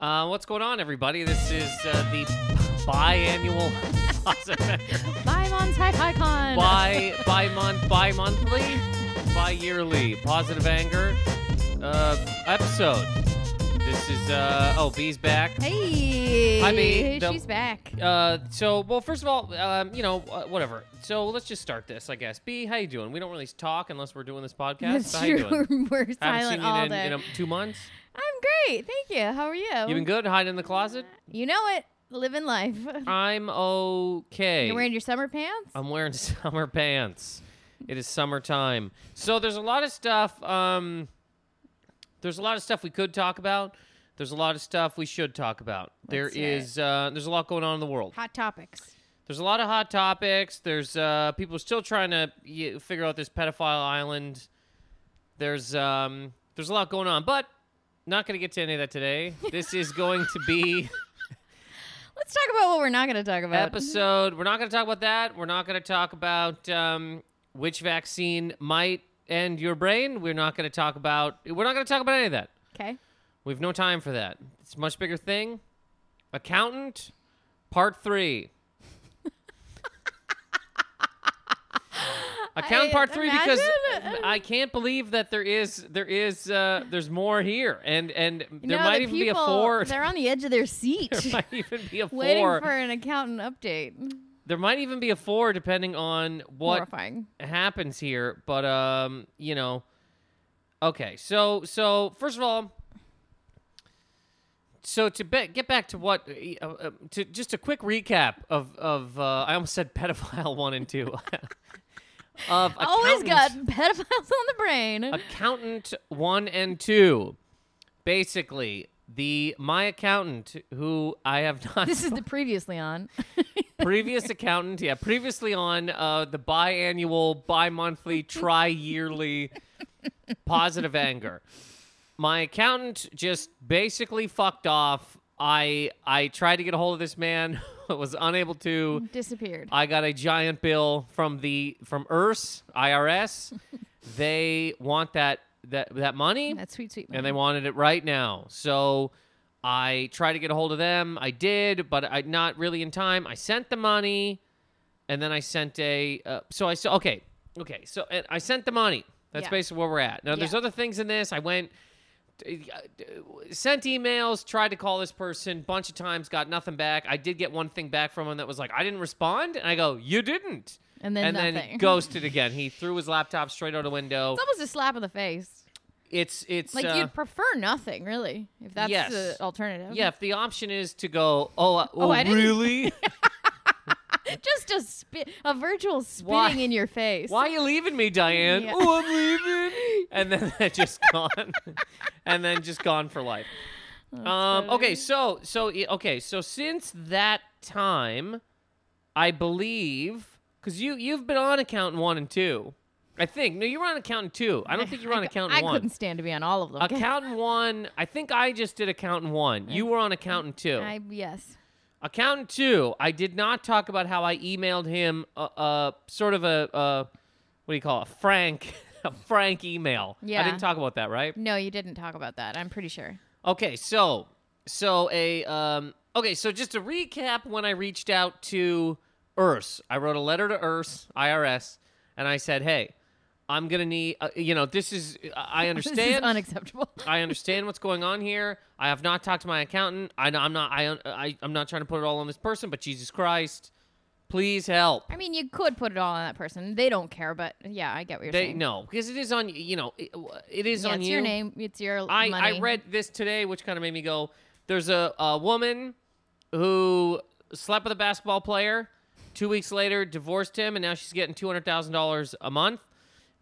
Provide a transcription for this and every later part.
Uh, what's going on, everybody? This is uh, the biannual, Bye, Mom's Hi Fi Con. bi bi month, bi monthly, bi yearly positive anger uh, episode. This is uh, oh, B's back. Hey. I mean, the- she's back. Uh, so well, first of all, um, you know, uh, whatever. So let's just start this, I guess. B, how you doing? We don't really talk unless we're doing this podcast. That's so how you true. doing? We're Haven't silent seen you all in, day. Oh. in um, two months. I'm great. Thank you. How are you? You been good? Hiding in the closet? You know it. Living life. I'm okay. You're wearing your summer pants? I'm wearing summer pants. It is summertime. So there's a lot of stuff. Um, there's a lot of stuff we could talk about. There's a lot of stuff we should talk about. There Let's hear it. is. Uh, there's a lot going on in the world. Hot topics. There's a lot of hot topics. There's uh, people still trying to y- figure out this pedophile island. There's um, there's a lot going on, but not going to get to any of that today. This is going to be Let's talk about what we're not going to talk about. episode. We're not going to talk about that. We're not going to talk about um, which vaccine might end your brain. We're not going to talk about. We're not going to talk about any of that. Okay. We've no time for that. It's a much bigger thing. Accountant, part three. Accountant I part three because imagine- I can't believe that there is there is uh, there's more here and and You there know, might the even be a people, four. They're on the edge of their seat. There might even be a Waiting four. for an accountant update. there might even be a four depending on what Horrifying. happens here, but um, you know, okay. So so first of all, so to be- get back to what uh, uh, to just a quick recap of of uh, I almost said pedophile one and two. of Always got accountant- pedophiles on the brain. accountant one and two. Basically, the my accountant who I have not this is the previously on. previous accountant yeah previously on uh, the biannual bi-monthly tri-yearly positive anger my accountant just basically fucked off i i tried to get a hold of this man was unable to Disappeared. I got a giant bill from the from IRS, IRS. they want that that that money That's sweet, sweet. and money. they wanted it right now. So I tried to get a hold of them. I did, but I not really in time. I sent the money, and then I sent a. Uh, so I so okay, okay. So and I sent the money. That's Yeah. basically where we're at. Now there's Yeah. other things in this. I went. uh, Sent emails, tried to call this person bunch of times, got nothing back. I did get one thing back from him that was like, I didn't respond. And I go, You didn't. And then and nothing. then ghosted again. He threw his laptop straight out a window. It's almost a slap in the face. It's, it's, Like uh, you'd prefer nothing, really, if that's Yes. the alternative. Yeah, if the option is to go, oh, uh, oh, I didn't- really? Just a spit, a virtual spitting Why- in your face. Why you leaving me, Diane? Yeah. Oh, I'm leaving. And then they're just gone, and then just gone for life. Um, funny. okay, so so i- okay, so since that time, I believe because you you've been on accountant one and two, I think. No, you were on accountant two. I don't think you were on I, accountant I one. couldn't stand to be on all of them. Accountant one, I think I just did accountant one. You were on accountant two. I, yes. Accountant two, I did not talk about how I emailed him a, a sort of a, a what do you call it? A frank, a frank email. I Yeah. didn't talk about that, right? No, you didn't talk about that. I'm pretty sure. Okay, so so a um okay, so just to recap, when I reached out to IRS, I wrote a letter to IRS, IRS, and I said, hey, I'm gonna need, uh, you know, this is I I This understand. is unacceptable. I understand what's going on here. I have not talked to my accountant. I, I'm not. I, I I'm not trying to put it all on this person, but Jesus Christ, please help. I mean, you could put it all on that person. They don't care, but yeah, I get what you're They saying. no, because it is on. You know, it, it is yeah, on it's you. your name. It's your I money. I read this today, which kind of made me go. There's a, a woman who slept with a basketball player. Two weeks later, divorced him, and now she's getting two hundred thousand dollars a month.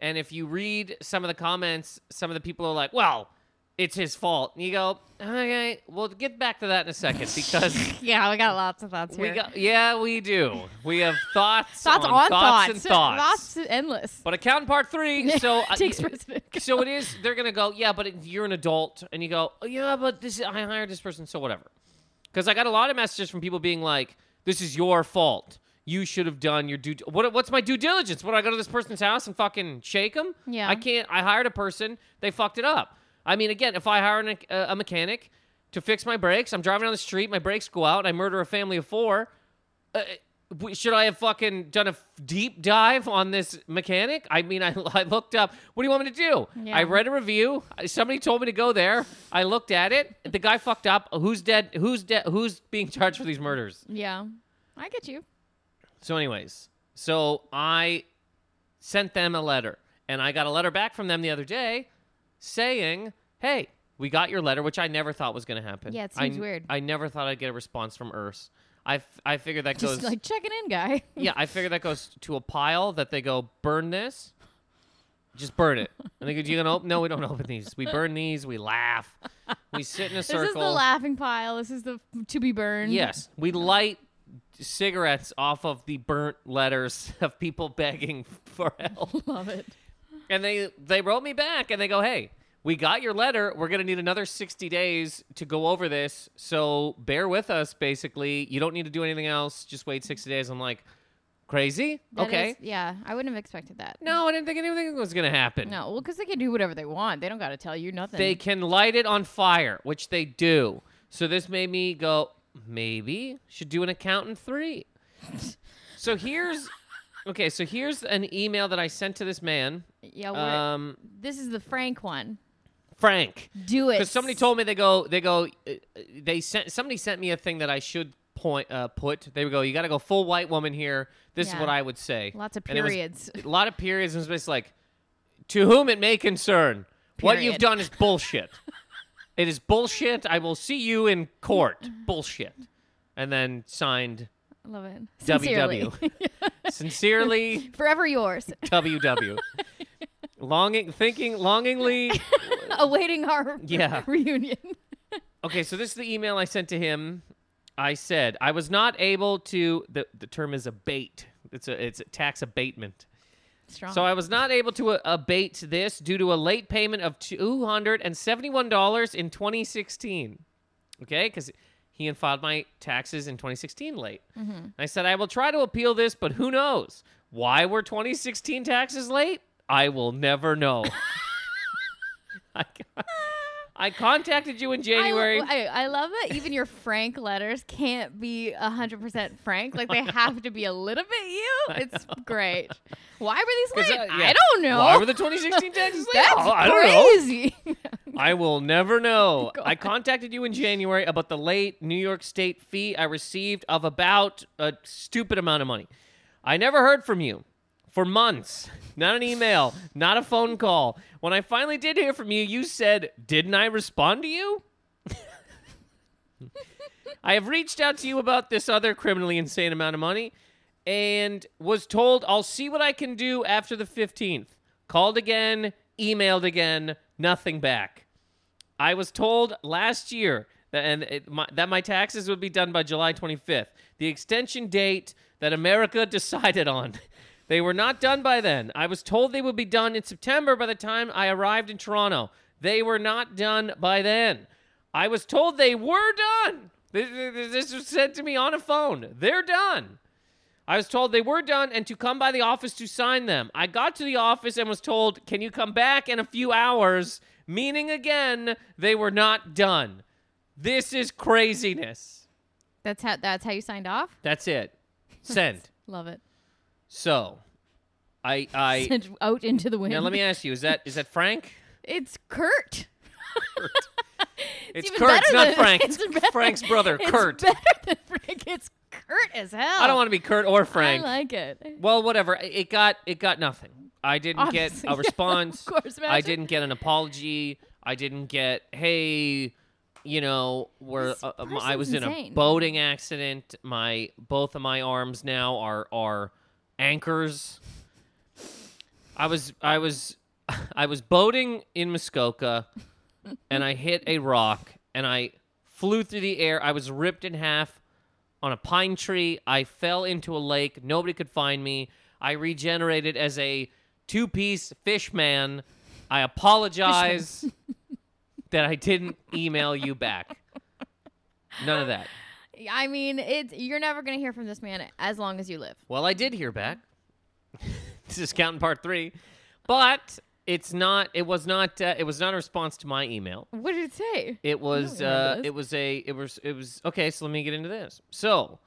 And if you read some of the comments, some of the people are like, "Well, it's his fault." And you go, "Okay, we'll get back to that in a second because Yeah, we got lots of thoughts here. we got yeah, we do. We have thoughts, thoughts on, on thoughts, and thoughts. thoughts is endless. But accountant part three, so uh, I- takes precedent. so it is they're gonna go yeah but it, you're an adult and you go oh, yeah but this is, i hired this person so whatever because i got a lot of messages from people being like this is your fault you should have done your due what, what's my due diligence what do i go to this person's house and fucking shake them Yeah. i can't i hired a person they fucked it up i mean again if i hire an, a, a mechanic to fix my brakes. I'm driving on the street. My brakes go out. I murder a family of four. Uh, w- should I have fucking done a f- deep dive on this mechanic? I mean, I, I looked up. What do you want me to do? Yeah. I read a review. Somebody told me to go there. I looked at it. The guy fucked up. Who's dead? Who's dead? Who's being charged for these murders? Yeah. I get you. So, anyways, so I sent them a letter, and I got a letter back from them the other day saying, "Hey, we got your letter," which I never thought was going to happen. Yeah, it I- seems weird. I never thought I'd get a response from Urs. I, f- I figured that Just goes. like checking in, guy. yeah, I figured that goes to a pile that they go burn this. Just burn it. And they go, "You gonna open? No, we don't open these. We burn these. We laugh. We sit in a This circle. is the laughing pile. This is the f- to be burned. Yes, we light cigarettes off of the burnt letters of people begging for help. Love it. And they they wrote me back and they go, "Hey, we got your letter. We're going to need another 60 days to go over this. So bear with us basically. You don't need to do anything else. Just wait 60 days." I'm like, "Crazy? That okay." is- yeah. I wouldn't have expected that. no, I didn't think anything was going to happen. No, well, because they can do whatever they want. They don't got to tell you nothing. They can light it on fire, which they do. So this made me go, maybe should do an accountant three. so here's okay. So here's an email that I sent to this man, yeah, we're, um, this is the Frank one. Frank, Do it. because somebody told me they go, they go, uh, uh, they sent somebody sent me a thing that I should point uh, put. They would go, you got to go full white woman here. This Yeah. is what I would say. lots of And it was- periods. a lot of periods and it's basically like to whom it may concern what you've Period. done is bullshit it is bullshit i will see you in court bullshit and then signed I Love it. Sincerely. ww sincerely Forever yours. ww longing thinking longingly Awaiting our Yeah. reunion. okay so this is the email i sent to him i said i was not able to the, the term is abate it's a it's a tax abatement Strong. So I was not able to uh, abate this due to a late payment of two hundred and seventy-one dollars in 2016. Okay, because he had filed my taxes in 2016 late. Mm-hmm. I said I will try to appeal this, but who knows? Why were 2016 taxes late? I will never know. I, I contacted you in January. I, I, I love that even your frank letters can't be 100% frank. Like they have to be a little bit you. It's great. Why were 'Cause, these uh, late? yeah. I don't know. Why were the 2016 taxes late? That's Oh, I don't know. crazy. I will never know. Go I contacted you in January about the late New York State fee I received of about a stupid amount of money. I never heard from you for months. Not an email, not a phone call. When I finally did hear from you, you said, Didn't I respond to you? I have reached out to you about this other criminally insane amount of money and was told I'll see what I can do after the 15th. Called again, emailed again, nothing back. I was told last year that, and it, my, that my taxes would be done by July 25th, the extension date that America decided on. They were not done by then. I was told they would be done in September by the time I arrived in Toronto. They were not done by then. I was told they were done. This- This this was said to me on a phone. They're done. I was told they were done and to come by the office to sign them. I got to the office and was told, "Can you come back in a few hours?" Meaning again, they were not done. This is craziness. that's how that's how you signed off. That's it. Send. Love it. So, I I Sent out into the wind. now let me ask you: Is that is that Frank? It's Kurt. It's, even Kurt. better It's not than- Frank. it's It's, better- Frank's brother, It's Kurt. better than Frank. It's Kurt as hell. I don't want to be Kurt or Frank. I like it. well, whatever. I- It got it got nothing. I didn't Obviously. get a Of response. course, I imagine. didn't get an apology. I didn't get hey, you know, we're This uh, uh, my- I person's was in a insane. boating accident. My both of my arms now are are anchors. I was I was I was boating in Muskoka and I hit a rock and I flew through the air. I was ripped in half on a pine tree. I fell into a lake. Nobody could find me. I regenerated as a two piece fish man. I apologize that I didn't email you back. None of that. I mean, it's you're never gonna hear from this man as long as you live. Well, I did hear back. this is counting part three. But it's not. It was not. Uh, it was not a response to my email. What did it say? It was. remember Uh, this. it was a. It was. It was. Okay, so let me get into this. So,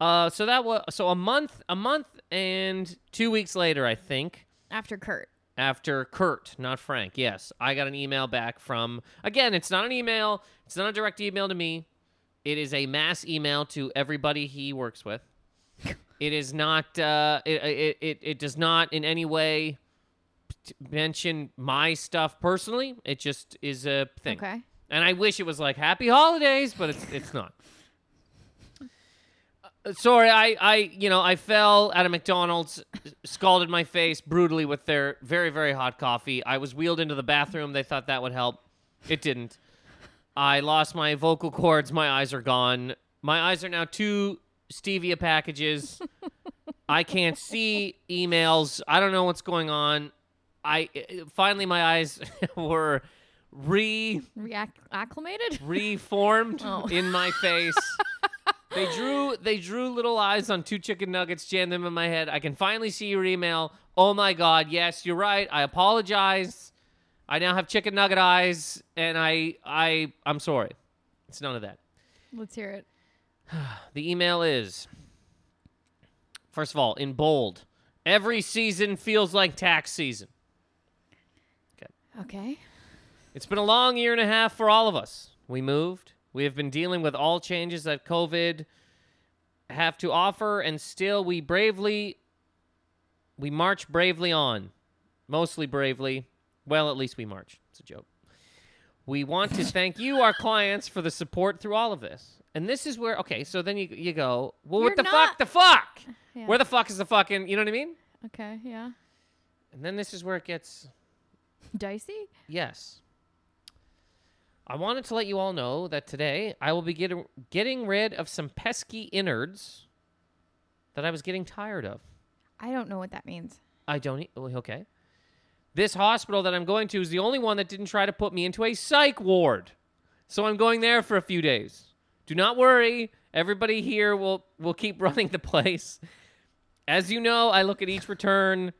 uh, so that was. So a month. A month and two weeks later, I think. After Kurt. after Kurt, not Frank. Yes, I got an email back from again. It's not an email. It's not a direct email to me. It is a mass email to everybody he works with. it is not. Uh, it, it it it does not in any way t- mention my stuff personally. It just is a thing. Okay. And I wish it was like Happy Holidays, but it's it's not. Uh, Sorry, I, I you know I fell at a McDonald's, scalded my face brutally with their very very hot coffee. I was wheeled into the bathroom. They thought that would help. It didn't. I lost my vocal cords. My eyes are gone. My eyes are now two stevia packages. I can't see emails. I don't know what's going on. I uh, finally my eyes were re React acclimated. reformed Oh. in my face. they drew they drew little eyes on two chicken nuggets, jammed them in my head. I can finally see your email. Oh my god, yes, you're right. I apologize. I now have chicken nugget eyes, and I I I'm sorry. It's none of that. Let's hear it. The email is first of all, in bold. Every season feels like tax season. Okay. It's been a long year and a half for all of us. We moved. We have been dealing with all changes that COVID have to offer, and still we bravely we march bravely on. Mostly bravely. Well, at least we march. It's a joke. We want to thank you, our clients, for the support through all of this. And this is where okay, so then you you go, well, what You're the fuck not- the fuck? Yeah. Where the fuck is the fucking you know what I mean? okay. Yeah. And then this is where it gets Dicey. Yes. I wanted to let you all know that today I will be getting getting rid of some pesky innards that I was getting tired of. I don't know what that means. I don't. E- oh, okay. This hospital that I'm going to is the only one that didn't try to put me into a psych ward, so I'm going there for a few days. Do not worry. Everybody here will will keep running the place. As you know, I look at each return,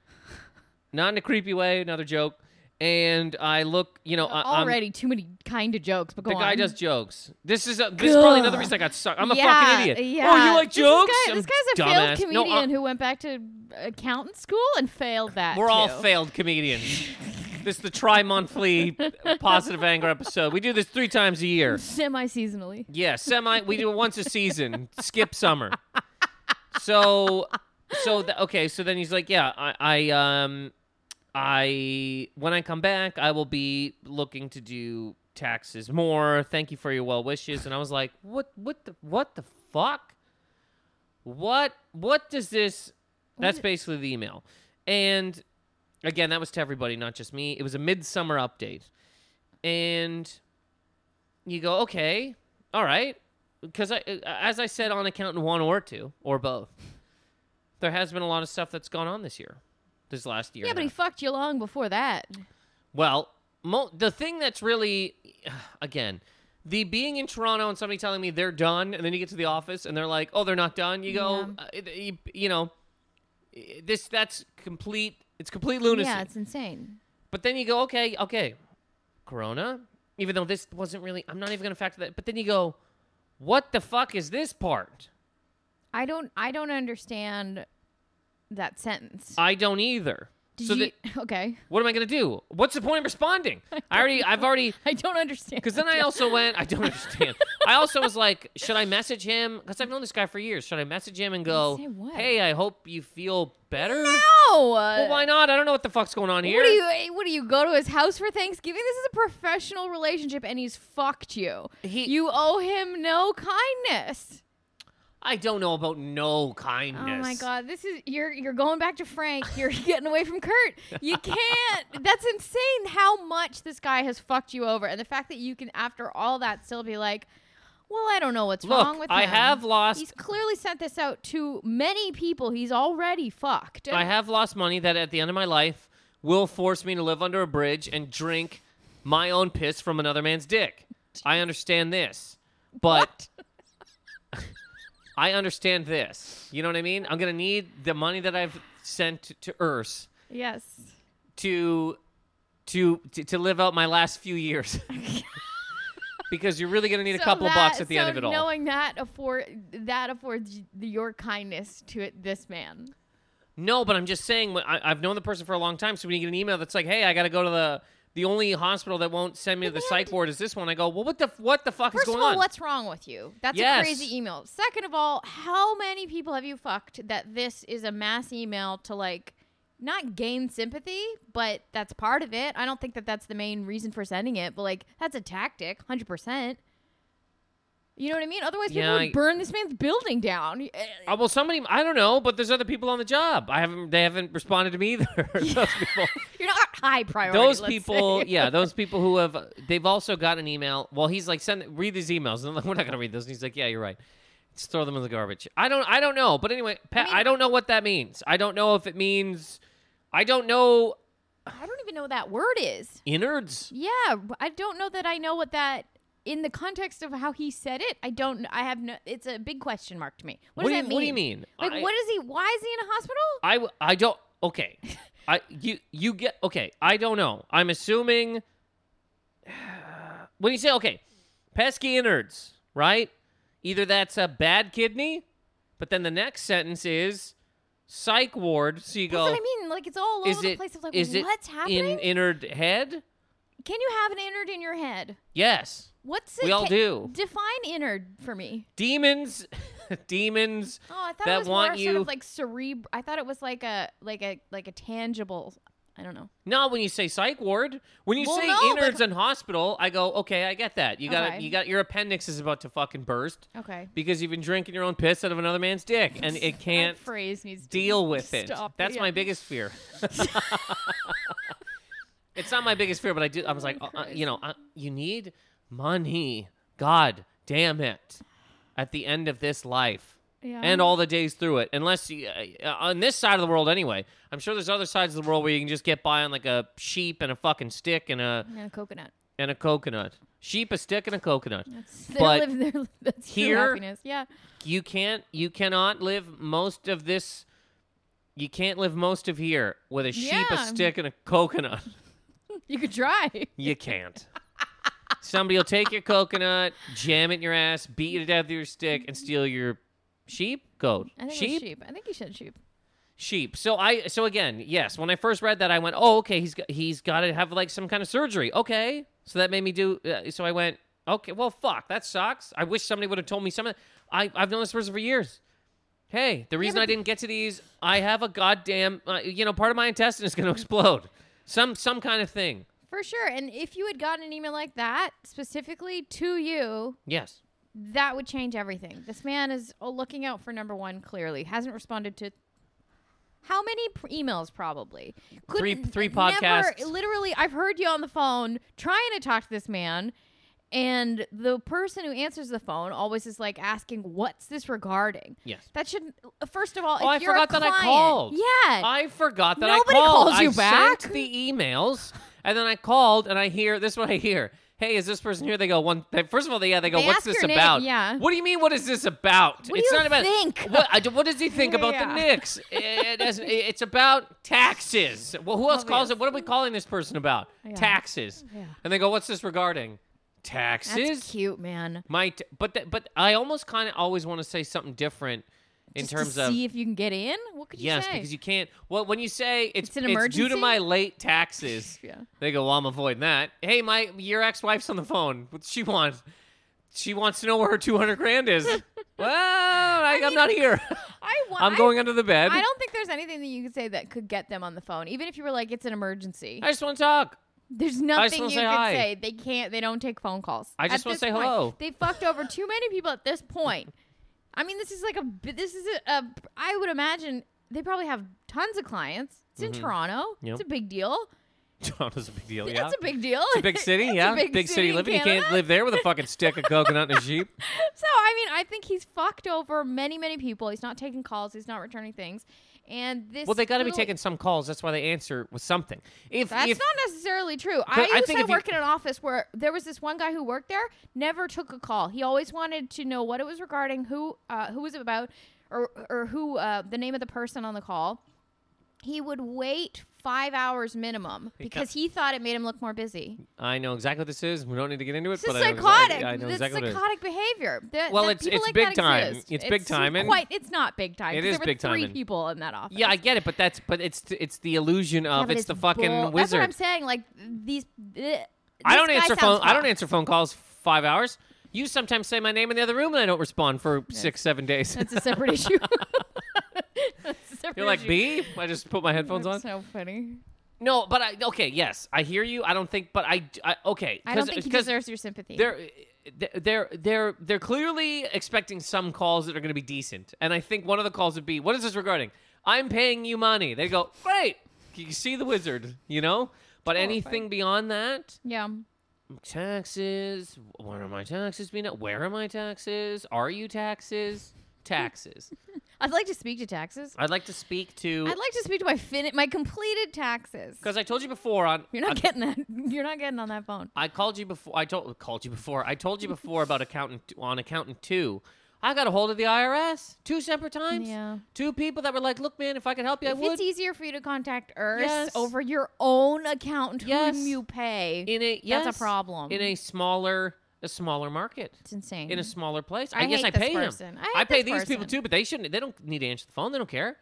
not in a creepy way. Another joke, and I look. You know, I, I'm- Already too many kind of jokes, but go Uh, um, the guy on. does jokes. This is a, this is probably another Gah. reason I got sucked. I'm a Yeah, fucking idiot. Yeah. Oh, you like This is jokes? Guy, I'm this guy's a dumbass. failed No, uh, comedian I'm- who went back to accountant school and failed that. We're all too. failed comedians. this is the tri monthly positive anger episode. We do this three times a year. semi-seasonally. Yeah, semi. We do it once a season. Skip summer. So, so th- okay. So then he's like, yeah, I, I, um, I when I come back, I will be looking to do taxes more. Thank you for your well wishes. And I was like, what, what the, what the fuck? What, what does this? That's What- basically the email. And again, that was to everybody, not just me. It was a midsummer update, and you go, okay, all right, because I, uh, as I said on accountant one or two or both, there has been a lot of stuff that's gone on this year, this last year. Yeah, and a but he half. fucked you long before that. Well, mo- the thing that's really, again, the being in Toronto and somebody telling me they're done, and then you get to the office and they're like, "Oh, they're not done." You go, uh, it- you, you know, i- this that's complete. It's complete lunacy. Yeah, it's insane. But then you go, okay, okay, Corona. Even though this wasn't really, I'm not even gonna factor that. But then you go, what the fuck is this part? I don't. I don't understand that sentence. I don't either. Did Uh, so you, that, okay, what am I gonna do? What's the point of responding? I already, I've already. I don't understand. Because then I also went, I don't understand. I also was like, should I message him? Because I've known this guy for years. Should I message him and go, Say what? hey, I hope you feel better? no. Well, why not? I don't know what the fuck's going on here. What do you? eh, What do you go to his house for Thanksgiving? This is a professional relationship, and he's fucked you. He- you owe him no kindness. I don't know about no kindness. Oh my god, this is you're you're going back to Frank. You're getting away from Kurt. You can't. That's insane. How much this guy has fucked you over, and the fact that you can, after all that, still be like, "Well, I don't know what's Look, wrong with I him." have lost- He's clearly sent this out to many people. He's already fucked. I have lost money that at the end of my life will force me to live under a bridge and drink my own piss from another man's dick. I understand this. But I understand this. You know what I mean? I'm going to need the money that I've sent to Urs yes. to to to, to live out my last few years. because you're really going to need a So couple that- bucks at the end so of it all. Knowing that afford that affords y- your kindness to it, this man. No, but I'm just saying wh- I, I've known the person for a long time. So when you get an email that's like, "Hey, I got to go to the the only hospital that won't send me to the psych ward is this one," I go, "Well, what the f- what the fuck First is of going all, on?" what's wrong with you? That's Yes. a crazy email. Second of all, how many people have you fucked that this is a mass email to like not gain sympathy, but that's part of it. I don't think that that's the main reason for sending it, but like that's a tactic, 100%. You know what I mean? Otherwise, people Yeah, would I- burn this man's building down. Eh, Uh, well, somebody I don't know, but there's other people on the job. I haven't they haven't responded to me either. those people, You're not high priority. those let's people, say. yeah, those people who have uh, they've also got an email. Well, he's like, send read these emails, and I'm like, we're not gonna read those. And he's like, yeah, you're right. Just throw them in the garbage. I don't, I don't know. But anyway, Pat, I, mean- don't know what that means. I don't know if it means, I don't know I don't even know what that word is. innards. Yeah, w- I don't know that I know what that in the context of how he said it. I don't. I have no. It's a big question mark to me. What, does What do you- that mean? what do you mean? Like, I- what is he? Why is he in a hospital? I, w- I don't. Okay, I you you get okay. I don't know. I'm assuming when you say okay, pesky innards, right? Either that's a bad kidney, but then the next sentence is psych ward. So you That's go. what I mean. Like, it's all Is over the it- place. Of like, is it what's happening? in innard head? Can you have an innard in your head? Yes, What's we it? all ca- do. Define innard for me. Demons, demons. Oh, I thought That it was want more sort you- of like cerebral. I thought it was like a like a like a tangible. I don't know. Not when you say psych ward. When you Well, say no, but- innards and hospital, I go okay. I get that. You got Okay. to you got your appendix is about to fucking burst. Okay. because you've been drinking your own piss out of another man's dick and it can't that phrase needs to be deal with it. stopped, That's yeah. my biggest fear. it's not my biggest fear, but I do. I was Oh like, uh, uh, you know, uh, you need money. God damn it! At the end of this life. Yeah. And all the days through it, unless you, uh, on this side of the world anyway. I'm sure there's other sides of the world where you can just get by on like a sheep and a fucking stick and a and a coconut. and a coconut. Sheep, a stick, and a coconut. That's But their live their that's true here- happiness. Yeah. you can't you cannot live most of this you can't live most of here with a sheep a Yeah. stick and a coconut You could try. you can't somebody will take your coconut jam it in your ass beat you to death with your stick and steal your sheep goat I think it was sheep sheep. I think you said sheep. sheep so i so again yes when i first read that i went oh okay he's got, he's got to have like some kind of surgery okay so that made me do uh, so i went okay well fuck that sucks i wish somebody would have told me something I, i've known this person for years hey the reason but i didn't get to these i have a goddamn uh, you know part of my intestine is going to explode some some kind of thing For sure. And if you had gotten an email like that specifically to you, yes that would change everything. This man is uh, looking out for number one clearly. Hasn't responded to how many pr- emails probably? Three- Couldn't- three never- podcasts. literally, I've heard you on the phone trying to talk to this man, and the person who answers the phone always is like asking, "What's this regarding?" yes That should first of all, Oh, if I you're a forgot that I client- called. Yeah. I forgot that Nobody I called. calls you I back. sent the emails, and then I called, and I hear this. Is what I hear: Hey, is this person here? They go one. They, first of all, they, yeah, they go. They What's ask this your name, about? yeah. What do you mean? What is this about? What do it's you not about. think? What, I, what does he think about Yeah. the Knicks? It- it doesn't- it- it's about taxes. Well, who else Obvious. calls it? What are we calling this person about? Yeah. Taxes. Yeah. And they go, What's this regarding? That's Taxes. cute, man. My, t- but th- but I almost kind of always want to say something different in Just terms to of see if you can get in. What could you Yes, say? because you can't. Well, when you say it's, It's an due to emergency? my late taxes, Yeah. they go, "Well, I'm avoiding that." Hey, my your ex wife's on the phone. What's she want? She wants to know where her 200 grand is. well, I, I'm mean, not here. I want. I'm going under the bed. I I, don't think there's anything that you could say that could get them on the phone, even if you were like, "It's an emergency." just want to talk. There's I just nothing wanna you say could hi. say. They can't. They don't take phone calls. I just At wanna this say point, hello. They fucked over too many people at this point. I mean, this is like a. bi- This is a. a I would imagine they probably have tons of clients. It's in Toronto. Mm-hmm. Yep. It's a big deal. Toronto's a big deal. Yeah, That's a big deal. It's a big city. It's a yeah, big, city, in living. You can't Canada. live there with a fucking stick of coconut and a sheep. So I mean, I think he's fucked over many, many people. He's not taking calls. He's not returning things. And this. Well, they got to be little- taking some calls. That's why they answer with something. If That's if not necessarily true. I I used think to if you- work in an office where there was this one guy who worked there, never took a call. He always wanted to know what it was regarding, who uh, who was it about, or or who uh, the name of the person on the call. He would wait five hours minimum because he thought it made him look more busy. I know exactly what this is. We don't need to get into it. This is but I know exa- psychotic. I know This is exactly what it is. psychotic behavior. That- Well, that it's- people it's like big that time. exist. It's big time and- quite. It's not big time. It 'cause is there were big time Three and- people in that office. Yeah, I get it, but that's but it's it's the illusion Yeah, of but it's, the fucking bull- That's wizard. what I'm saying. Like these. bleh, I this don't guy answer sounds phone. I fucked. don't answer phone calls five hours. You sometimes say my name in the other room and I don't respond for six seven days. That's a separate issue. That's a separate You're like issue. B. I just put my headphones on. That's so funny. No, but I okay. Yes, I hear you. I don't think, but I, I okay. I don't 'cause- think he 'cause deserves your sympathy. They're they're they're they're clearly expecting some calls that are going to be decent, and I think one of the calls would be, "What is this regarding? I'm paying you money." They go, "Great, you see the wizard," you know. But anything beyond that, yeah. taxes. What are my taxes being? Where are my taxes? Are you taxes? Taxes. I'd like to speak to taxes. I'd like to speak to I'd like to speak to my fin- my completed taxes. because I told you before on You're not on- getting that. You're not getting on that phone. I called you before. I told called you before. I told you before about accountant on accountant two. I got a hold of the IRS two separate times. Yeah. Two people that were like, "Look, man, if I could help you, I If would." it's e-, easier for you to contact Earth Yes. over your own accountant Yes. whom you pay, in a yes, that's a problem. In a smaller a smaller market. it's insane. In a smaller place. I, I guess hate I this pay person. them. I hate pay this these people person. too, but they shouldn't. They don't need to answer the phone. They don't care.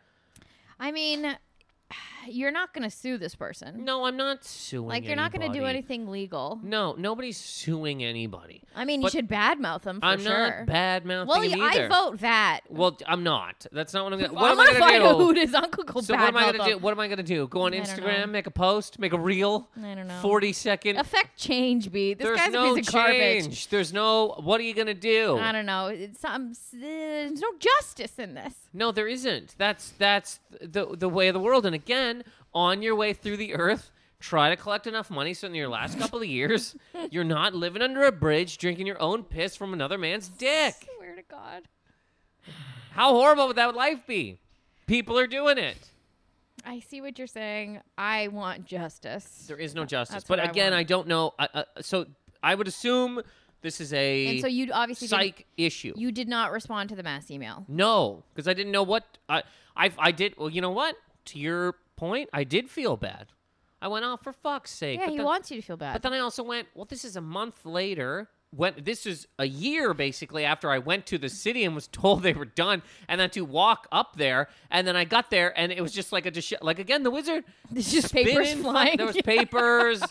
I mean, you're not going to sue this person. No, I'm not suing. like you're not going to do anybody. anything legal. No, nobody's suing anybody. I mean, But you should badmouth them for I'm sure. not bad mouthing well, yeah, either. I vote that. Well, I'm not. That's not what I'm gonna. I'm What am gonna I gonna find do? out who his uncle called So what am badmouth I gonna do? him. What am I gonna do? Go on I don't know. Instagram, make a post, make a reel, I don't know. forty second. Affect change, B. This There's guy's no a piece of change. garbage. There's no. What are you gonna do? I don't know. It's some. s- uh, There's no justice in this. No, there isn't. That's that's the the way of the world. And again, on your way through the earth, try to collect enough money so in your last couple of years, you're not living under a bridge drinking your own piss from another man's dick. Swear to God. How horrible would that life be? People are doing it. I see what you're saying. I want justice. There is no justice. That's but what I again, want. I, don't know. I, uh, so I would assume this is a and so you obviously didn't, psych issue. you did not respond to the mass email. no, because I didn't know what I, I I did. Well, you know what? To your point, I did feel bad. I went, oh, for fuck's sake. Yeah, but, he then, wants you to feel bad. but then I also went, well, this is a month later. When this is a year basically after I went to the city and was told they were done, and then to walk up there, and then I got there and it was just like a dishe- like again the wizard There's just papers spinning fly- flying. There was papers.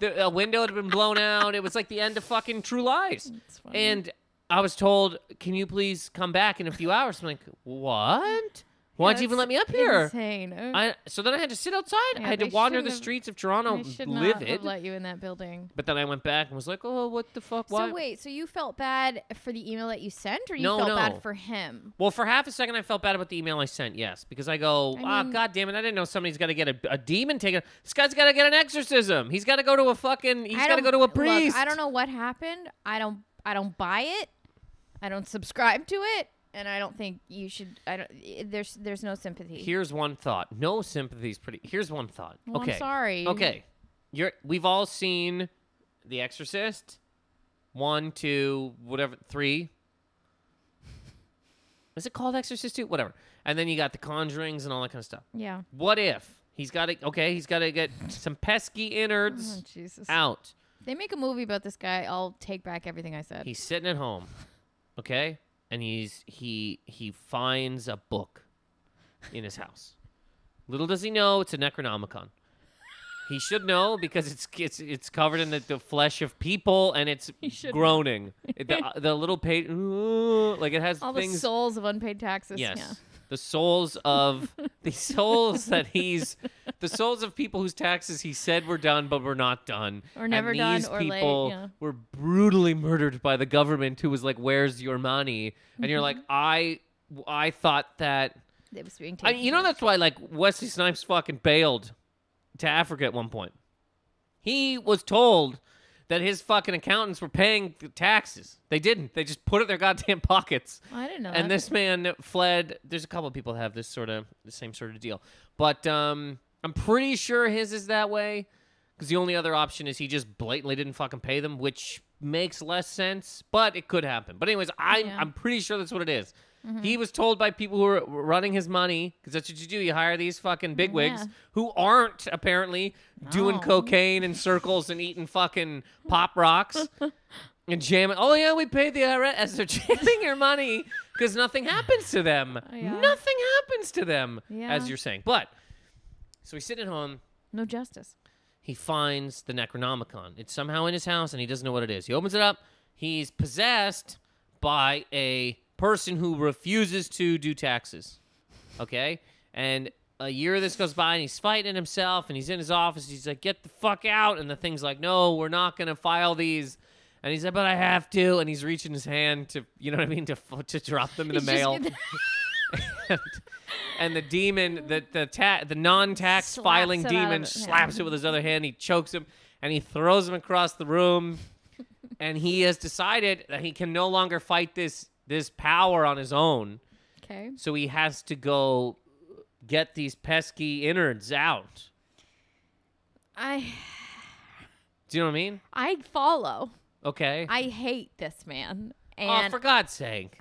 the, a window had been blown out. It was like the end of fucking True Lies. funny. And I was told, "Can you please come back in a few hours?" I'm like, "What? Why'd you even let me up here?" Insane. Oh, I, so then I had to sit outside. Yeah, I had to they wander shouldn't the have- streets of Toronto, they should not livid. have let you in that building. but then I went back and was like, "Oh, what the fuck? Why?" So wait, so you felt bad for the email that you sent, or you No, felt no. bad for him? Well, for half a second, I felt bad about the email I sent. Yes, because I go, I ah, mean- god damn it! I didn't know somebody's got to get a, a demon taken. This guy's got to get an exorcism. He's got to go to a fucking. He's I got to go don't- to a Look, priest. I don't know what happened. I don't. I don't buy it. I don't subscribe to it, and I don't think you should. I don't. i- There's there's no sympathy. Here's one thought. No sympathy is pretty. Here's one thought. Well, I'm okay. sorry. Okay. You're. We've all seen The Exorcist. One, two, whatever, three. Is it called Exorcist two? Whatever. And then you got the Conjuring's and all that kind of stuff. Yeah. What if he's got to? Okay, he's got to get some pesky Oh, innards Jesus. out. They make a movie about this guy. I'll take back everything I said. He's sitting at home, okay, and he's he he finds a book in his house. Little does he know it's a Necronomicon. He should know because it's it's it's covered in the, the flesh of people and it's should know. groaning. It- the, the little page, like it has All the things. souls of unpaid taxes. yes, Yeah. the souls of the souls that he's the souls of people whose taxes he said were done but were not done, Or never and done, These or late, people yeah. were brutally murdered by the government, who was like, "Where's your money?" And you're Mm-hmm. like, "I, I thought that." It was being I, taken. you know that's why like Wesley Snipes fucking bailed to Africa at one point. He was told that his fucking accountants were paying the taxes. They didn't. They just put it in their goddamn pockets. I didn't know. And that. this man fled. There's a couple of people that have this sort of the same sort of deal, but um, I'm pretty sure his is that way because the only other option is he just blatantly didn't fucking pay them, which makes less sense, but it could happen. But anyways, I'm Yeah. Mm-hmm. I'm pretty sure that's what it is. He was told by people who were were running his money, because that's what you do. You hire these fucking bigwigs Yeah. Oh. who aren't apparently doing No. cocaine in circles and eating fucking pop rocks and jamming. Oh yeah, we paid the IRS as they're jamming your money because nothing happens to them. Yeah. Nothing happens to them, Yeah. as you're saying. But so he's sitting at home No justice. he finds the Necronomicon. It's somehow in his house and he doesn't know what it is. He opens it up. He's possessed by a person who refuses to do taxes. Okay? And a year of this goes by and he's fighting himself and he's in his office. He's like, get the fuck out. And the thing's like, no, we're not going to file these. And he's like, but I have to. And he's reaching his hand to, you know what I mean, to, f- to drop them in He's the just- mail. and, and the demon, the the ta- the non-tax Slaps filing it out of demon, it, yeah. slaps it with his other hand. He chokes him, and he throws him across the room. and he has decided that he can no longer fight this this power on his own, Okay. so he has to go get these pesky innards out. I Do you know what I mean? I follow. Okay. I hate this man. oh, And for God's sake!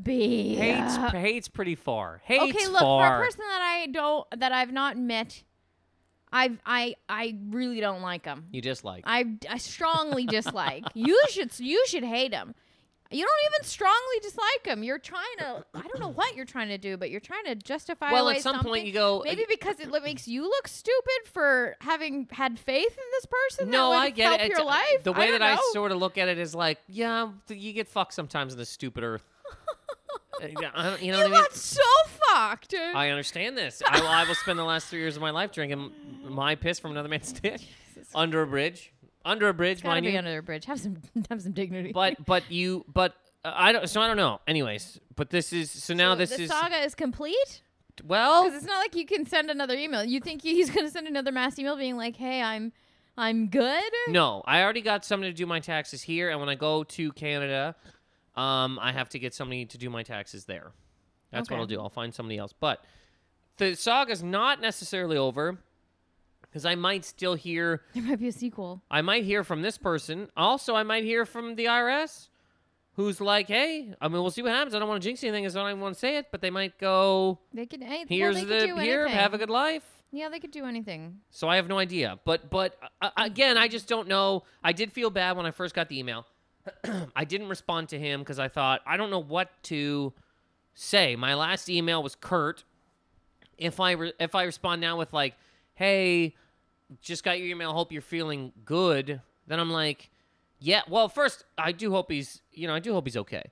B. Hates hates pretty far. Hates okay, look far. for a person that I don't that I've not met, I've I I really don't like him. you dislike. I I strongly dislike. You should you should hate him. You don't even strongly dislike him. You're trying to I don't know what you're trying to do, but you're trying to justify. well, away at some something. point you go. Maybe because it lo- makes you look stupid for having had faith in this person. No, that would I get help it. It's- uh, Your life. The way I don't that know. I sort of look at it is like, yeah, th- you get fucked sometimes in this stupid earth. Uh, yeah, I don't- you know you what I mean? got so fucked. I understand this. I will, I will spend the last three years of my life drinking my piss from another man's dick under a bridge, under a bridge, Gotta mind be you. under the bridge. Have some have some dignity. but but you but uh, I don't. So I don't know. Anyways, but this is so now So this the is saga is complete. well. Because it's not like you can send another email. You think he's going to send another mass email being like, "Hey, I'm, I'm good." No, I already got somebody to do my taxes here, and when I go to Canada, um, I have to get somebody to do my taxes there. That's what Okay. I'll do. I'll find somebody else. But the saga's not necessarily over because I might still hear. There might be a sequel. I might hear from this person. Also, I might hear from the IRS, who's like, "Hey, I mean, we'll see what happens. I don't want to jinx anything, 'cause I don't want to say it." But they might go, They could. Hey, well, "Here's they could the do here, anything. have a good life." Yeah, they could do anything. So I have no idea. But but uh, again, I just don't know. I did feel bad when I first got the email. I didn't respond to him because I thought I don't know what to say. My last email was curt. If I re- if I respond now with like, "Hey, just got your email. Hope you're feeling good." Then I'm like, "Yeah, well, first I do hope he's, you know, I do hope he's okay."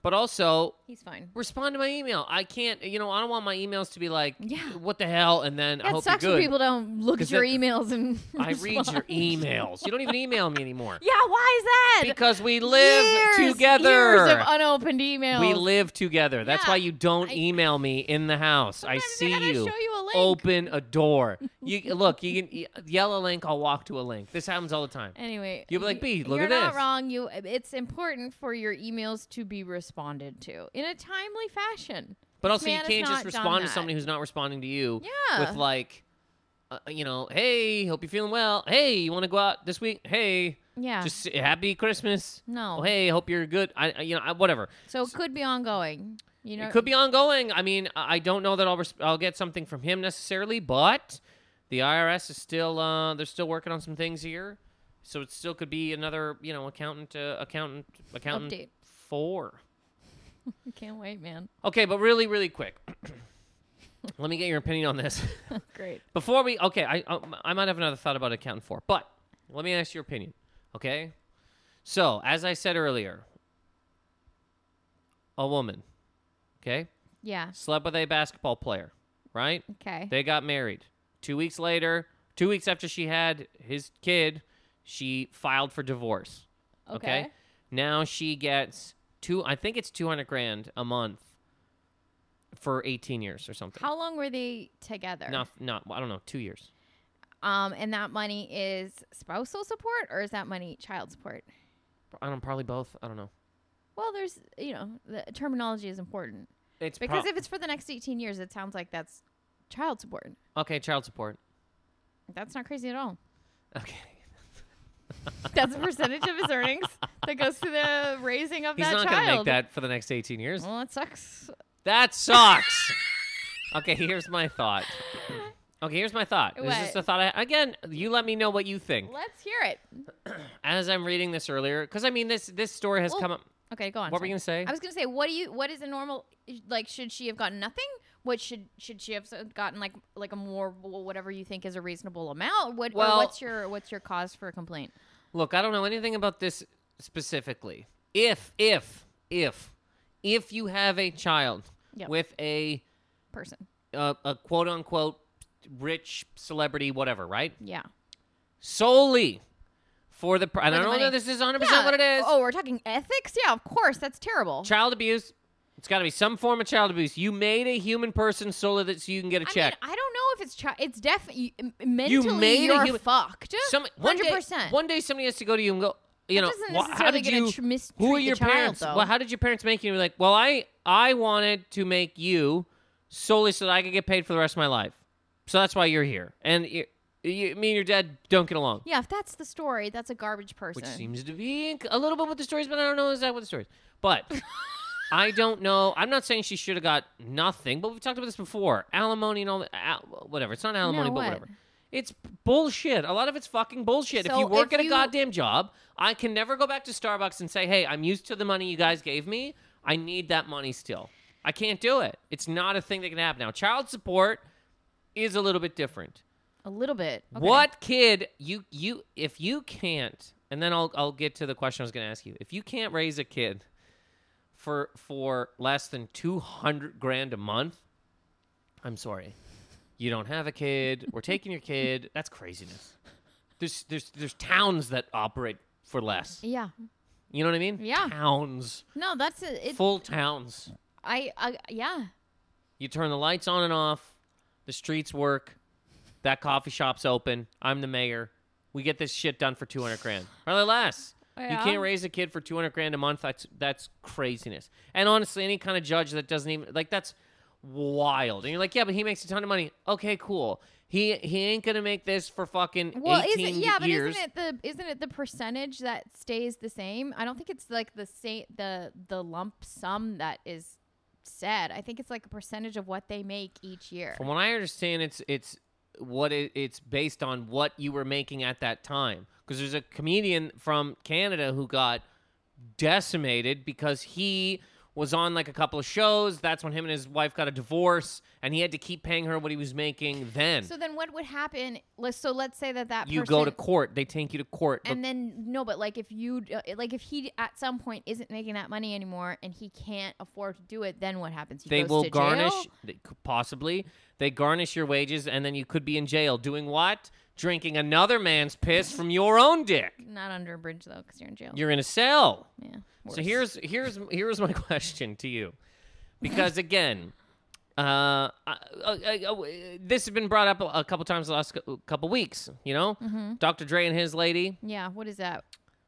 But also, He's fine. respond to my email. I can't, you know, I don't want my emails to be like, Yeah. "What the hell?" and then I That hope sucks you're good. when people don't look at 'Cause your then- emails and. I read your respond. emails. You don't even email me anymore. Yeah, why is that? Because we live Years- Years together. of unopened emails. We live together. That's Yeah, why you don't I- email me in the house. I Sometimes see gotta you. Show you a link. Open a door. You look, you can y- yell a link, I'll walk to a link. This happens all the time. Anyway, You'll be like, y- "Bee, look you're at not this." wrong. You, it's important for your emails to be responded to in a timely fashion. But also you man has can't just not done respond to that. somebody who's not responding to you Yeah. with like uh, you know, hey, hope you're feeling well. Hey, you want to go out this week? Hey, Yeah. just happy Christmas. no. Oh, hey, hope you're good. I, I- you know, I, whatever. So it could be ongoing. You know, It could be ongoing. I mean, I I don't know that I'll res- I'll get something from him necessarily, but the IRS is still uh, they're still working on some things here, so it still could be another you know accountant uh, accountant accountant Update. four. Can't wait, man. Okay, but really, really quick. Let me get your opinion on this Great. before we. Okay, I I, I might have another thought about accountant four, but let me ask your opinion. Okay, so as I said earlier, a woman, okay, Yeah. slept with a basketball player, right? Okay. They got married. Two weeks later, two weeks after she had his kid, she filed for divorce. Okay. Okay. Now she gets two, I think it's 200 grand a month for 18 years or something. How long were they together? Not, not, I don't know, two years. Um, and that money is spousal support, or is that money child support? I don't, probably both. I don't know. Well, there's you know the terminology is important It's because prob- if it's for the next 18 years, it sounds like that's child support. okay, child support. That's not crazy at all. Okay. That's a percentage of his earnings that goes to the raising of He's that not child. gonna make that for the next 18 years. Well, it sucks. That sucks. okay, here's my thought. Okay, here's my thought. This is What? just a thought. I, again, you let me know what you think Let's hear it. as I'm reading this earlier, because I mean this this story has Well, come up. Okay, go on. What were you gonna sorry. say? I was gonna say, what do you? What is a normal? Like, should she have gotten nothing? What should should she have gotten? Like, like a more whatever you think is a reasonable amount. What? or Well- what's your what's your cause for a complaint? Look, I don't know anything about this specifically. If if if if you have a child Yep. with a Person. uh, a quote unquote rich celebrity, whatever, right? Yeah. Solely for the pr- and For I the don't know money. this is 100 Yeah. percent what it is. Oh, we're talking ethics. Yeah, of course. That's terrible. Child abuse. It's got to be some form of child abuse. You made a human person solely that so you can get a I check. mean, I don't know if it's chi- it's definitely mentally you made a are human- fucked. Some one hundred day, percent. one day somebody has to go to you and go, you That know, doesn't "Wha- how necessarily did gonna you? tr- mistreat who are the your child, parents? though. Well, how did your parents make you? And you're like, well, I I wanted to make you solely so that I could get paid for the rest of my life. So that's why you're here. And you, you, me and your dad don't get along. Yeah, if that's the story, that's a garbage person. which seems to be inc- a little bit what the story's but I don't know exactly what the story's. But I don't know. I'm not saying she should have got nothing, but we've talked about this before. Alimony and all that. Al- whatever. It's not alimony, No, but what? whatever. It's bullshit. A lot of it's fucking bullshit. if So you work if at a you- goddamn job, I can never go back to Starbucks and say, "Hey, I'm used to the money you guys gave me. I need that money still." I can't do it. It's not a thing that can happen now. Child support is a little bit different. a little bit. Okay. What kid you you if you can't and then I'll I'll get to the question I was going to ask you. If you can't raise a kid for for less than 200 grand a month, I'm sorry. You don't have a kid. We're taking your kid. That's craziness. There's there's there's towns that operate for less. Yeah. You know what I mean? Yeah. Towns. No, that's a, it. Full towns. I, I yeah. You turn the lights on and off. The streets work. That coffee shop's open. I'm the mayor. We get this shit done for 200 grand. Probably less. You Yeah. can't raise a kid for 200 grand a month. That's that's craziness. And honestly, any kind of judge that doesn't even like that's wild. And you're like, "Yeah, but he makes a ton of money." Okay, cool. He he ain't going to make this for fucking Well, 18 isn't yeah, but years. isn't it the isn't it the percentage that stays the same? I don't think it's like the same the the lump sum that is said. I think it's like a percentage of what they make each year. From what I understand, it's it's what it, it's based on what you were making at that time. Because there's a comedian from Canada who got decimated because he was on like a couple of shows. That's when him and his wife got a divorce, and he had to keep paying her what he was making. Then So then, what would happen? let so let's say that that you person, go to court; they take you to court. Look, and then no, but like if you d- uh, like if he at some point isn't making that money anymore and he can't afford to do it, then what happens? He they goes will to garnish jail? they c- possibly they garnish your wages, and then you could be in jail doing what? Drinking another man's piss from your own dick. Not under a bridge though, because you're in jail. You're in a cell. yeah. So worse. here's here's here's my question to you, because again, uh, I, I, I- this has been brought up a, a couple times the last cou- couple weeks. You know, Mm-hmm. Dr. Dre and his lady, yeah. What is that?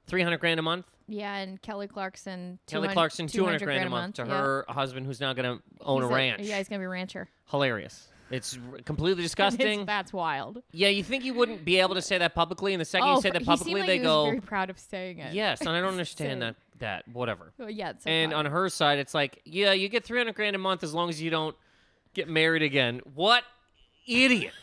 three hundred grand a month. Yeah, and Kelly Clarkson. Kelly 200 Clarkson, two hundred grand, a month, to yeah. her husband, who's now going to own He's a ranch. Yeah, he's gonna be a rancher. Hilarious. It's r- completely It's- disgusting. that's wild. Yeah, you think you wouldn't be able to say that publicly, and the second you say for- Oh, that he publicly, seemed like they he go, was very proud of saying it. "Yes," and I don't Insane. understand that. That whatever. Oh, yeah. It's so and wild. on her side, it's like, yeah, you get 300 grand a month as long as you don't get married again. What idiot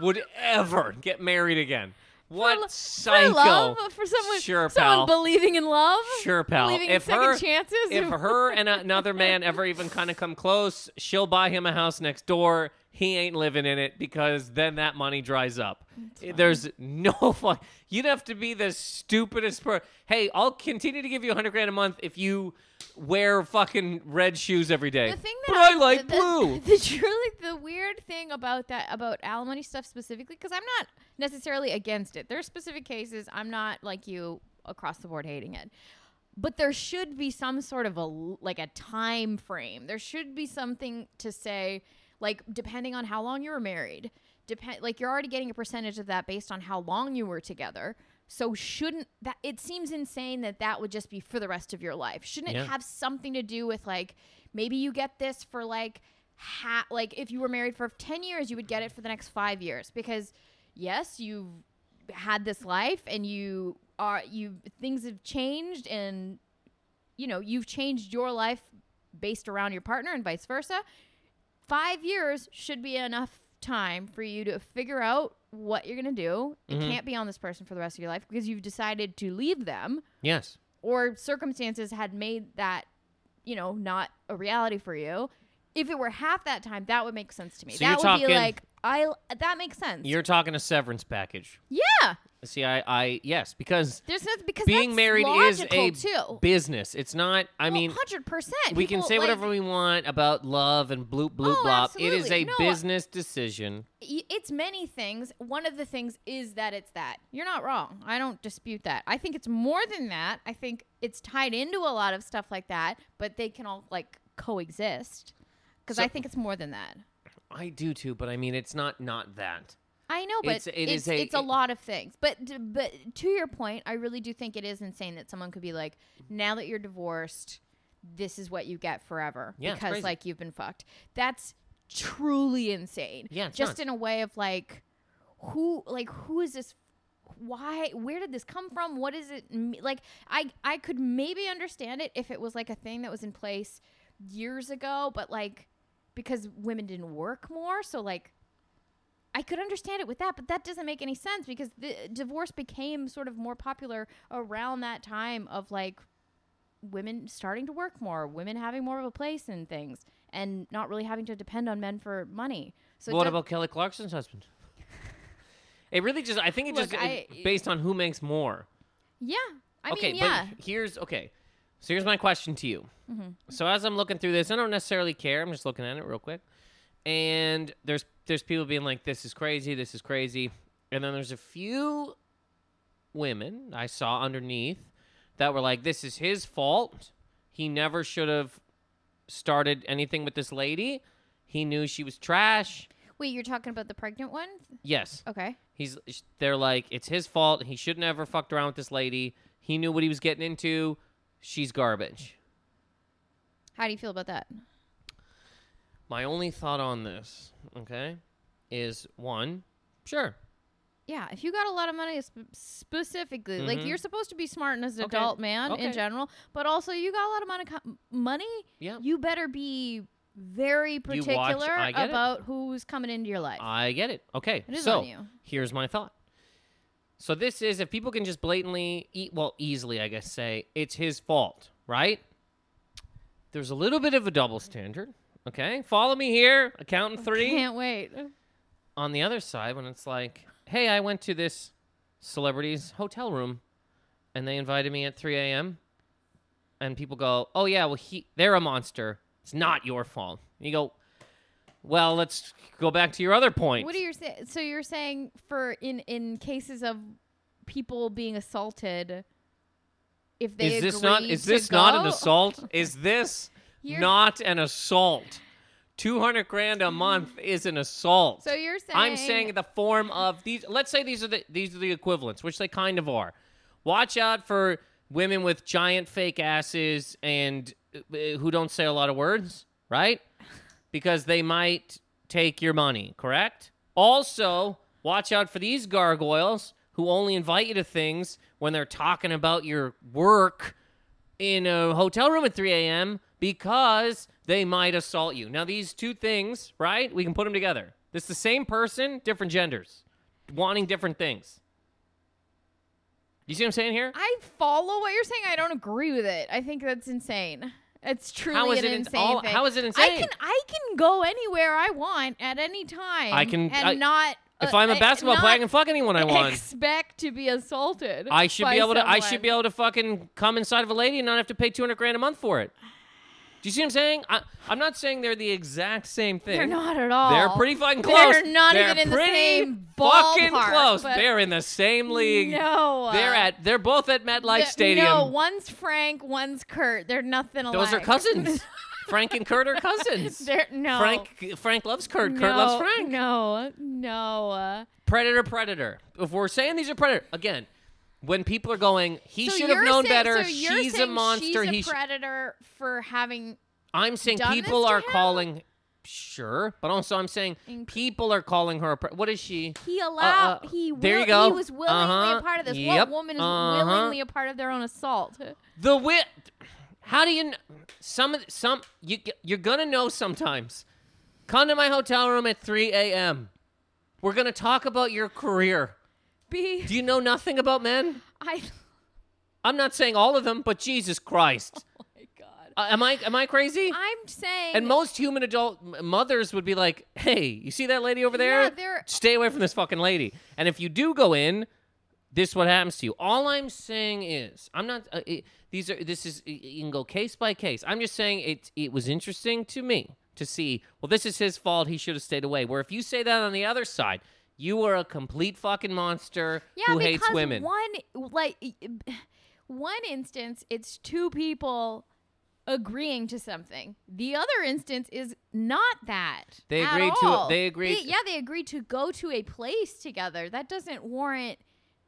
would ever get married again? What lo- psycho? for love for someone, Sure, someone pal. believing in love. Sure, pal. Believing If in second her- chances. if her and another man ever even kind of come close, she'll buy him a house next door. He ain't living in it because then that money dries up. Eh, There's no fun. You'd have to be the stupidest person. Hey, I'll continue to give you 100 grand a month if you wear fucking red shoes every day. the thing that but I like the, blue. The, the truly the weird thing about that about alimony stuff specifically, because I'm not necessarily against it. There's specific cases. I'm not like you across the board hating it. But there should be some sort of a l- like a time frame. There should be something to say, like depending on how long you were married, depend like you're already getting a percentage of that based on how long you were together. So shouldn't that it seems insane that that would just be for the rest of your life? Shouldn't it Yeah. have have something to do with like maybe you get this for like ha- like if you were married for 10 years you would get it for the next 5 years because yes you had this life and you are you things have changed and you know you've changed your life based around your partner and vice versa five years should be enough time for you to figure out what you're going to do it Mhm. can't be on this person for the rest of your life because you've decided to leave them Yes. or circumstances had made that you know not a reality for you if it were half that time that would make sense to me So you're that would be talking- like i that makes sense You're talking a severance package. yeah See, I, I yes, because there's nothing because being that's married is logical, a too business. It's not. I mean, hundred percent. we can say whatever we want about love and bloop bloop Oh, blop. It is absolutely. a No, I- business decision. It's many things. One of the things is that it's that. You're not wrong. I don't dispute that. I think it's more than that. I think it's tied into a lot of stuff like that, but they can all like coexist. Because So- I think it's more than that. I do too, but I mean, it's not not that. I know, but It's- it's, it it's, is a- a, lot of things. But d- but to your point, I really do think it is insane that someone could be like, now that you're divorced, this is what you get forever Yeah, it's because crazy. like you've been fucked. That's truly insane. Yeah, it's just nuts. in a way of like, who like who is this? Why? Where did this come from? What is it? m- Like I I could maybe understand it if it was like a thing that was in place years ago, but like because women didn't work more, so like I could understand it with that, but that doesn't make any sense because the divorce became sort of more popular around that time of like women starting to work more, women having more of a place in things, and not really having to depend on men for money. So it what does- about Kelly Clarkson's husband? It really just. I think it Look, just it- I- based on who makes more. Yeah, I okay, mean, yeah, Mm-hmm. but here's okay. So here's my question to you. So as I'm looking through this, I don't necessarily care. I'm just looking at it real quick, and there's there's people being like, "This is crazy. This is crazy," and then there's a few women I saw underneath that were like, "This is his fault. He never should have started anything with this lady. He knew she was trash." wait, you're talking about the pregnant one? Yes, Okay, He's sh- they're like it's his fault. He should never fucked around with this lady. He knew what he was getting into. She's garbage. how do you feel about that? My only thought on this, okay, is one, sure. Yeah, if you got a lot of money sp- specifically, like Mhm. you're supposed to be smart as an Okay. adult man Okay. in general, but also you got a lot of money, co- money Yeah. you better be very watch- particular I get it. about who's coming into your life. I get it. Okay. It is so on you. here's my thought. So this is if people can just blatantly eat well easily, I guess say it's his fault, right? There's a little bit of a double standard. Okay. Follow me here, accountant three. Can't wait. on the other side when it's like, hey, I went to this celebrity's hotel room and they invited me at 3 a.m. And people go, oh, yeah, well, he, they're a monster. It's not your fault. And you go, well, let's go back to your other point. What are you saying? So you're saying for in in cases of people being assaulted, if they is this not agree is to this not an go- assault? Is this You're- not an assault? 200 grand a month is an assault. Mm-hmm. So you're saying I'm saying the form of these. Let's say these are the these are the equivalents, which they kind of are. Watch out for women with giant fake asses and uh, who don't say a lot of words, right? Because they might take your money. Correct. Also, watch out for these gargoyles who only invite you to things when they're talking about your work in a hotel room at 3 a.m. because they might assault you. Now, these two things, right? We can put them together. This is the same person, different genders, wanting different things. You see what I'm saying here? I follow what you're saying. I don't agree with it. I think that's insane. It's truly How is an it ins- insane all- thing. how is it I insane? can I can go anywhere I want at any time. I can- and I- not. If uh, I'm a uh, basketball player, I not- can fuck anyone I want. expect to be assaulted. I should by be able to. I someone. should be able to fucking come inside of a lady and not have to pay 200 grand a month for it. Do you see what I'm saying? I, I'm not saying they're the exact same thing. They're not at all. They're pretty fucking close. They're not They're even in the pretty same fucking ballpark, close. but- They're in the same league. No, They're uh, at. They're both at MetLife th- Stadium. No, one's Frank, one's Kurt. They're nothing alike. Those are cousins. Frank and Kurt are cousins. They're, no. Frank Frank loves Kurt. Kurt loves No, Frank. No, no. uh, Predator, predator. If we're saying these are predator again, when people are going, he so should have you're known saying- better. so you're she's a saying monster. She's a he. Sh-. predator for having. I'm saying done this people to are him? calling sure, but also I'm saying Inc- people are calling her. A pr- what is she? He allowed. uh, he. there will- you go. He was willingly Uh-huh. a part of this. Yep. What woman is Uh-huh. willingly a part of their own assault? The wit. How do you? kn- Some of the- some you you're gonna know sometimes. Come to my hotel room at 3 a.m. We're gonna talk about your career. B. Do you know nothing about men? I. I'm not saying all of them, but Jesus Christ, Oh my god. Uh, am I am I crazy? I'm saying. and most human adult m- mothers would be like, "Hey, you see that lady over there? Yeah, they're- Stay away from this fucking lady." And if you do go in, this is what happens to you. All I'm saying is, I'm not. Uh, it, these are. This is. You can go case by case. I'm just saying it. It was interesting to me to see. Well, this is his fault. He should have stayed away. Where if you say that on the other side, you are a complete fucking monster yeah, who because hates women. one like one instance, it's two people agreeing to something. The other instance is not that. They at agreed to- all. they agreed- yeah, they agreed to go to a place together. That doesn't warrant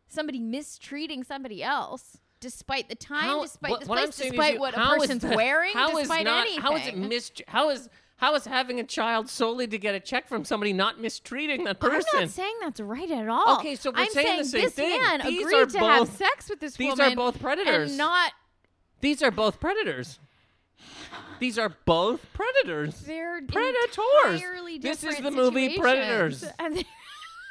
somebody mistreating somebody else. Despite the time, How- despite what- the what I'm place, saying is despite you- what a how is person's that- wearing, how is despite not- anything. How is it mis- How is how is having a child solely to get a check from somebody not mistreating that person? I'm not saying that's right at all. Okay, so we're I'm saying the same this thing. man These agreed are to have both- sex with this these woman. are both predators. and not These are both predators. These are both predators. They're Predators. entirely This is different the movie situations. Predators. And they-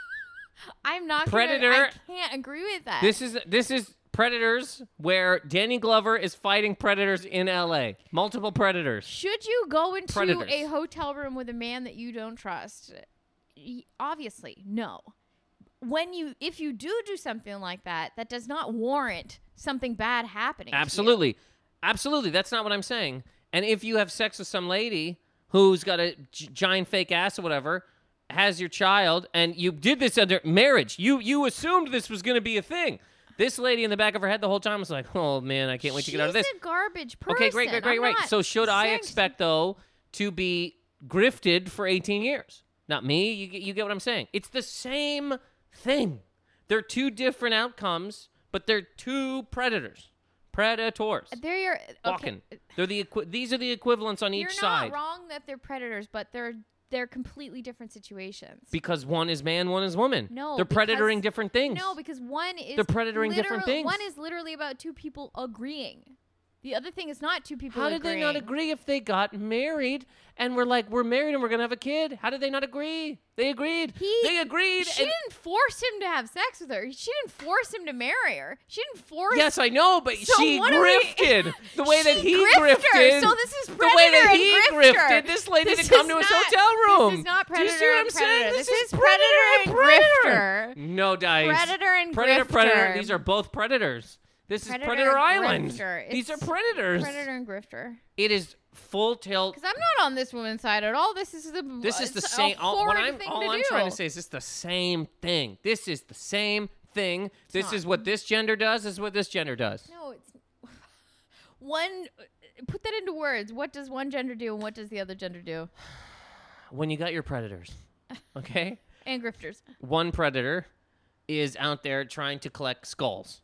I'm not Predator- Gonna, I can't agree with that. This is this is predators where Danny Glover is fighting predators in L.A. Multiple predators. Should you go into Predators. a hotel room with a man that you don't trust? Y- Obviously, no. When you, if you do do something like that, that does not warrant something bad happening. to you. Absolutely, absolutely. That's not what I'm saying. And if you have sex with some lady who's got a g- giant fake ass or whatever, has your child, and you did this under marriage, you you assumed this was going to be a thing. This lady in the back of her head the whole time was like, "Oh man, I can't wait to get out of She's this." a garbage person. Okay, great, great, great, I'm great. not So should I saying- expect though to be grifted for 18 years? Not me. You get, you get what I'm saying? It's the same thing. They're two different outcomes, but they're two predators. Predators. They're your Walking. Okay. They're the equi- these are the equivalents on each You're side not wrong that they're predators, but they're they're completely different situations. because one is man, one is woman. No, they're because- predatoring different things. No, because one is They're predatoring literal- different things. One is literally about two people agreeing. The other thing is not two people. How did they not agreeing. agree if they got married and were like, we're married and we're gonna have a kid? How did they not agree? They agreed. He- they agreed. She and- didn't force him to have sex with her. She didn't force him to marry her. She didn't force. Yes, I know, but So she what are we- grifted the way that She he grifted her, grifted. so this is the way that predator and he grifter. grifted this lady This to is come to his not- hotel room. this is not Do you see predator and what I'm saying? predator. This This, is is predator and and predator. grifter. No dice. Predator and predator, predator. grifter. These are both predators. This Predator is Predator and Island. grifter. These are It's predators. Predator and grifter. It is full tilt. Because I'm not on this woman's side at all. This is the This is the it's a same. All, what horrid I'm, thing all to I'm do. trying to say is it's the same thing. This is the same thing. this not. is what this gender does. This is what this gender does. No, it's one. Put that into words. What does one gender do, and what does the other gender do? When you got your predators, okay. And grifters. one predator is out there trying to collect skulls.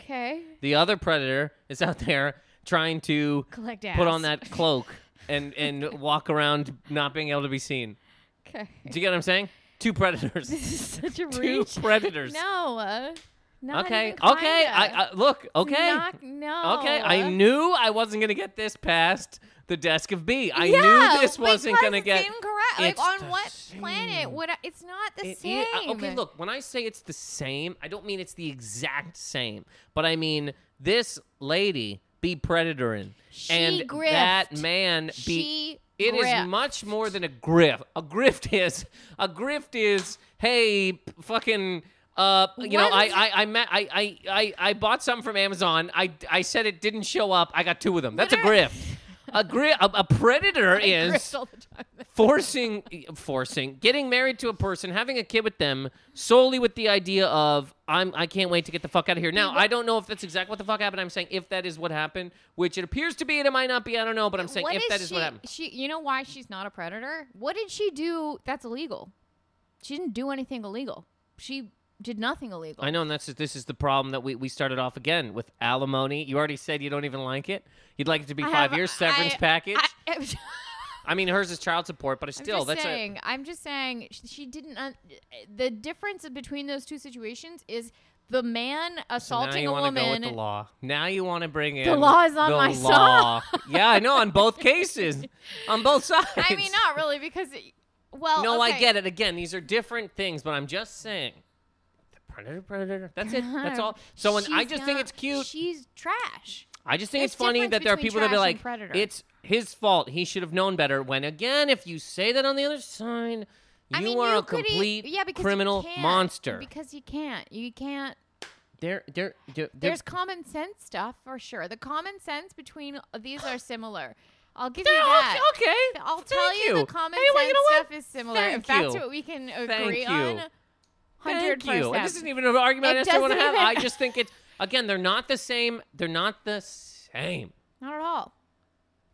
Okay. The other predator is out there trying to Collect ass. put on that cloak and and walk around not being able to be seen. Okay. Do you get what I'm saying? Two predators. This is such a Two reach. predators. No. Uh, not okay. even Okay. kinda. I, I look. Okay. Not- no. okay. I knew I wasn't gonna get this past the desk of B. I Yeah, knew this wasn't because gonna it's get incorrect. It's like the on what planet same. would I, it's not the It- same. it- uh, okay, look, when I say it's the same, I don't mean it's the exact same, but I mean this lady be predatoring She and grift. that man be. She It is grift. much more than a grift. A grift is a grift is hey, p- fucking. Uh, you know, What I is I I, met, I I I I bought some from Amazon. I I said it didn't show up. I got two of them. That's a are- grift. A grift. A, a predator I is grift all the time. forcing forcing getting married to a person having a kid with them solely with the idea of i'm i can't wait to get the fuck out of here now i don't know if that's exactly what the fuck happened i'm saying if that is what happened which it appears to be and it might not be i don't know but i'm saying What if that is she, what happened She, you know why she's not a predator? What did she do that's illegal? She didn't do anything illegal. She did nothing illegal. I know, and that's this is the problem that we, we started off again with alimony. You already said you don't even like it. You'd like it to be I five have- years severance I- package. I- I mean, hers is child support, but it's I'm still just that's it. saying. I'm just saying sh- she didn't. Un- the difference between those two situations is the man So now assaulting you a wanna woman. go with the law. Now you want to bring in law is on the my side. law. yeah, I know on both cases, on both sides. I mean, not really because. it- Well, No, I okay. get it. Again, these are different things, but I'm just saying. Predator, predator. That's it. That's all. So when I She's just think not- it's cute. She's trash. I just think There's it's funny difference that there are between people that be trash and like, predator. it's his fault. He should have known better. When again, if you say that on the other side, you I mean, are a could eat- complete yeah, because you criminal can't. monster. Because you can't. You can't. There, there, there- there- There's common sense stuff for sure. The common sense between uh, these are similar. I'll give you Yeah, that. okay. oh, okay. I'll Thank tell you, the common Hey, well, sense you know what? stuff is similar. Thank if that's you. what we can Thank agree you. on, hundred Thank you. And this isn't percent. even an It argument I necessarily want to doesn't have. even- I just think it's again, they're not the same. They're not the same. Not at all.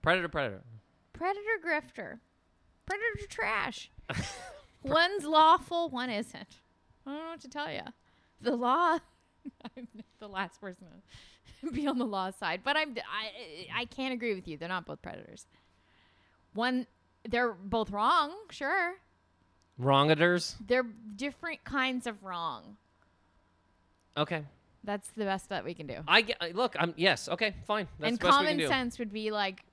Predator, predator. Predator grifter, predator trash. One's lawful, one isn't. I don't know what to tell you. The law. I'm the last person to be on the law side, but I'm. I I can't agree with you. They're not both predators. One, they're both wrong. Sure, Wrongators. they're different kinds of wrong. Okay. That's the best that we can do. I get. I- Look, I'm yes. Okay, fine. That's and the best we common can do. sense would be like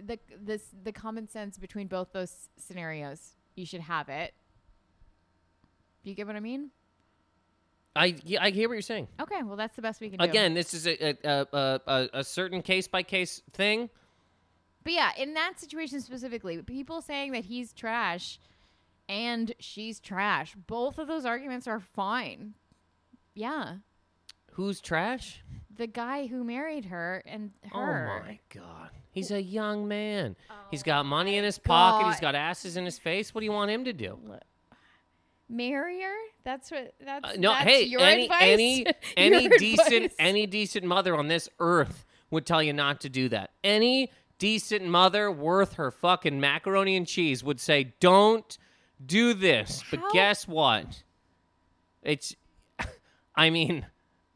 the this the common sense between both those scenarios. You should have it. Do you get what I mean? I yeah, I hear what you're saying. Okay, well that's the best we can do. Again, this is a a, a, a- a, a certain case by case thing. But yeah, in that situation specifically, people saying that he's trash and she's trash, both of those arguments are fine. Yeah. Who's trash? The guy who married her and Oh her. Oh my god. He's a young man. he's got money in his pocket. He's God. got asses in his face. What do you want him to do? Marry her? That's what that's Uh, no, that's hey, your any advice. any Your any decent advice. any decent mother on this earth would tell you not to do that. Any decent mother worth her fucking macaroni and cheese would say, "Don't do this." How- But guess what? It's, I mean,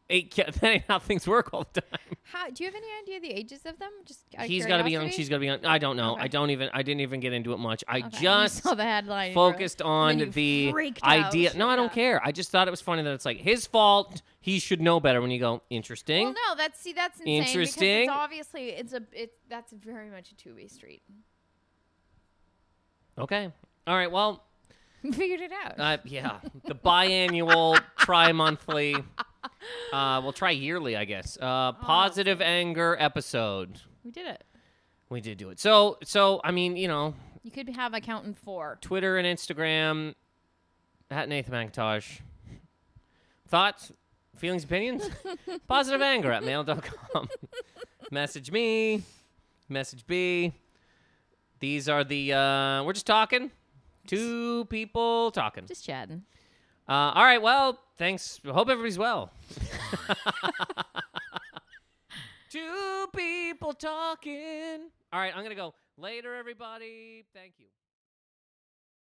it ca- that ain't how things work all the time. How do you have any idea the ages of them? Just out of He's got to be young. curiosity? She's got to be young. I don't know. Okay. I don't even. I didn't even get into it much. I Okay, you just saw the headline. and you were like- focused and then on you the freaked idea. out. No, I don't Yeah. care. I just thought it was funny that it's like his fault. He should know better. When you go, interesting. Well, no, that's see, that's insane. Because Interesting. it's obviously, it's a it. That's very much a two way street. Okay. All right. Well, Figured it out. uh, yeah. The biannual, tri monthly. Uh, we'll try yearly, I guess. Oh, Uh, positive anger episode. we did it. We did do it. So, so I mean, you know, You could have accountant four. Twitter and Instagram at Nathan McIntosh. Thoughts, feelings, opinions? Positive anger at mail.com. message me, message B. These are the, uh, we're just talking. Two people talking. Just chatting. Uh, all right, well, thanks. Hope everybody's well. Two people talking. All right, I'm going to go. Later, everybody. Thank you.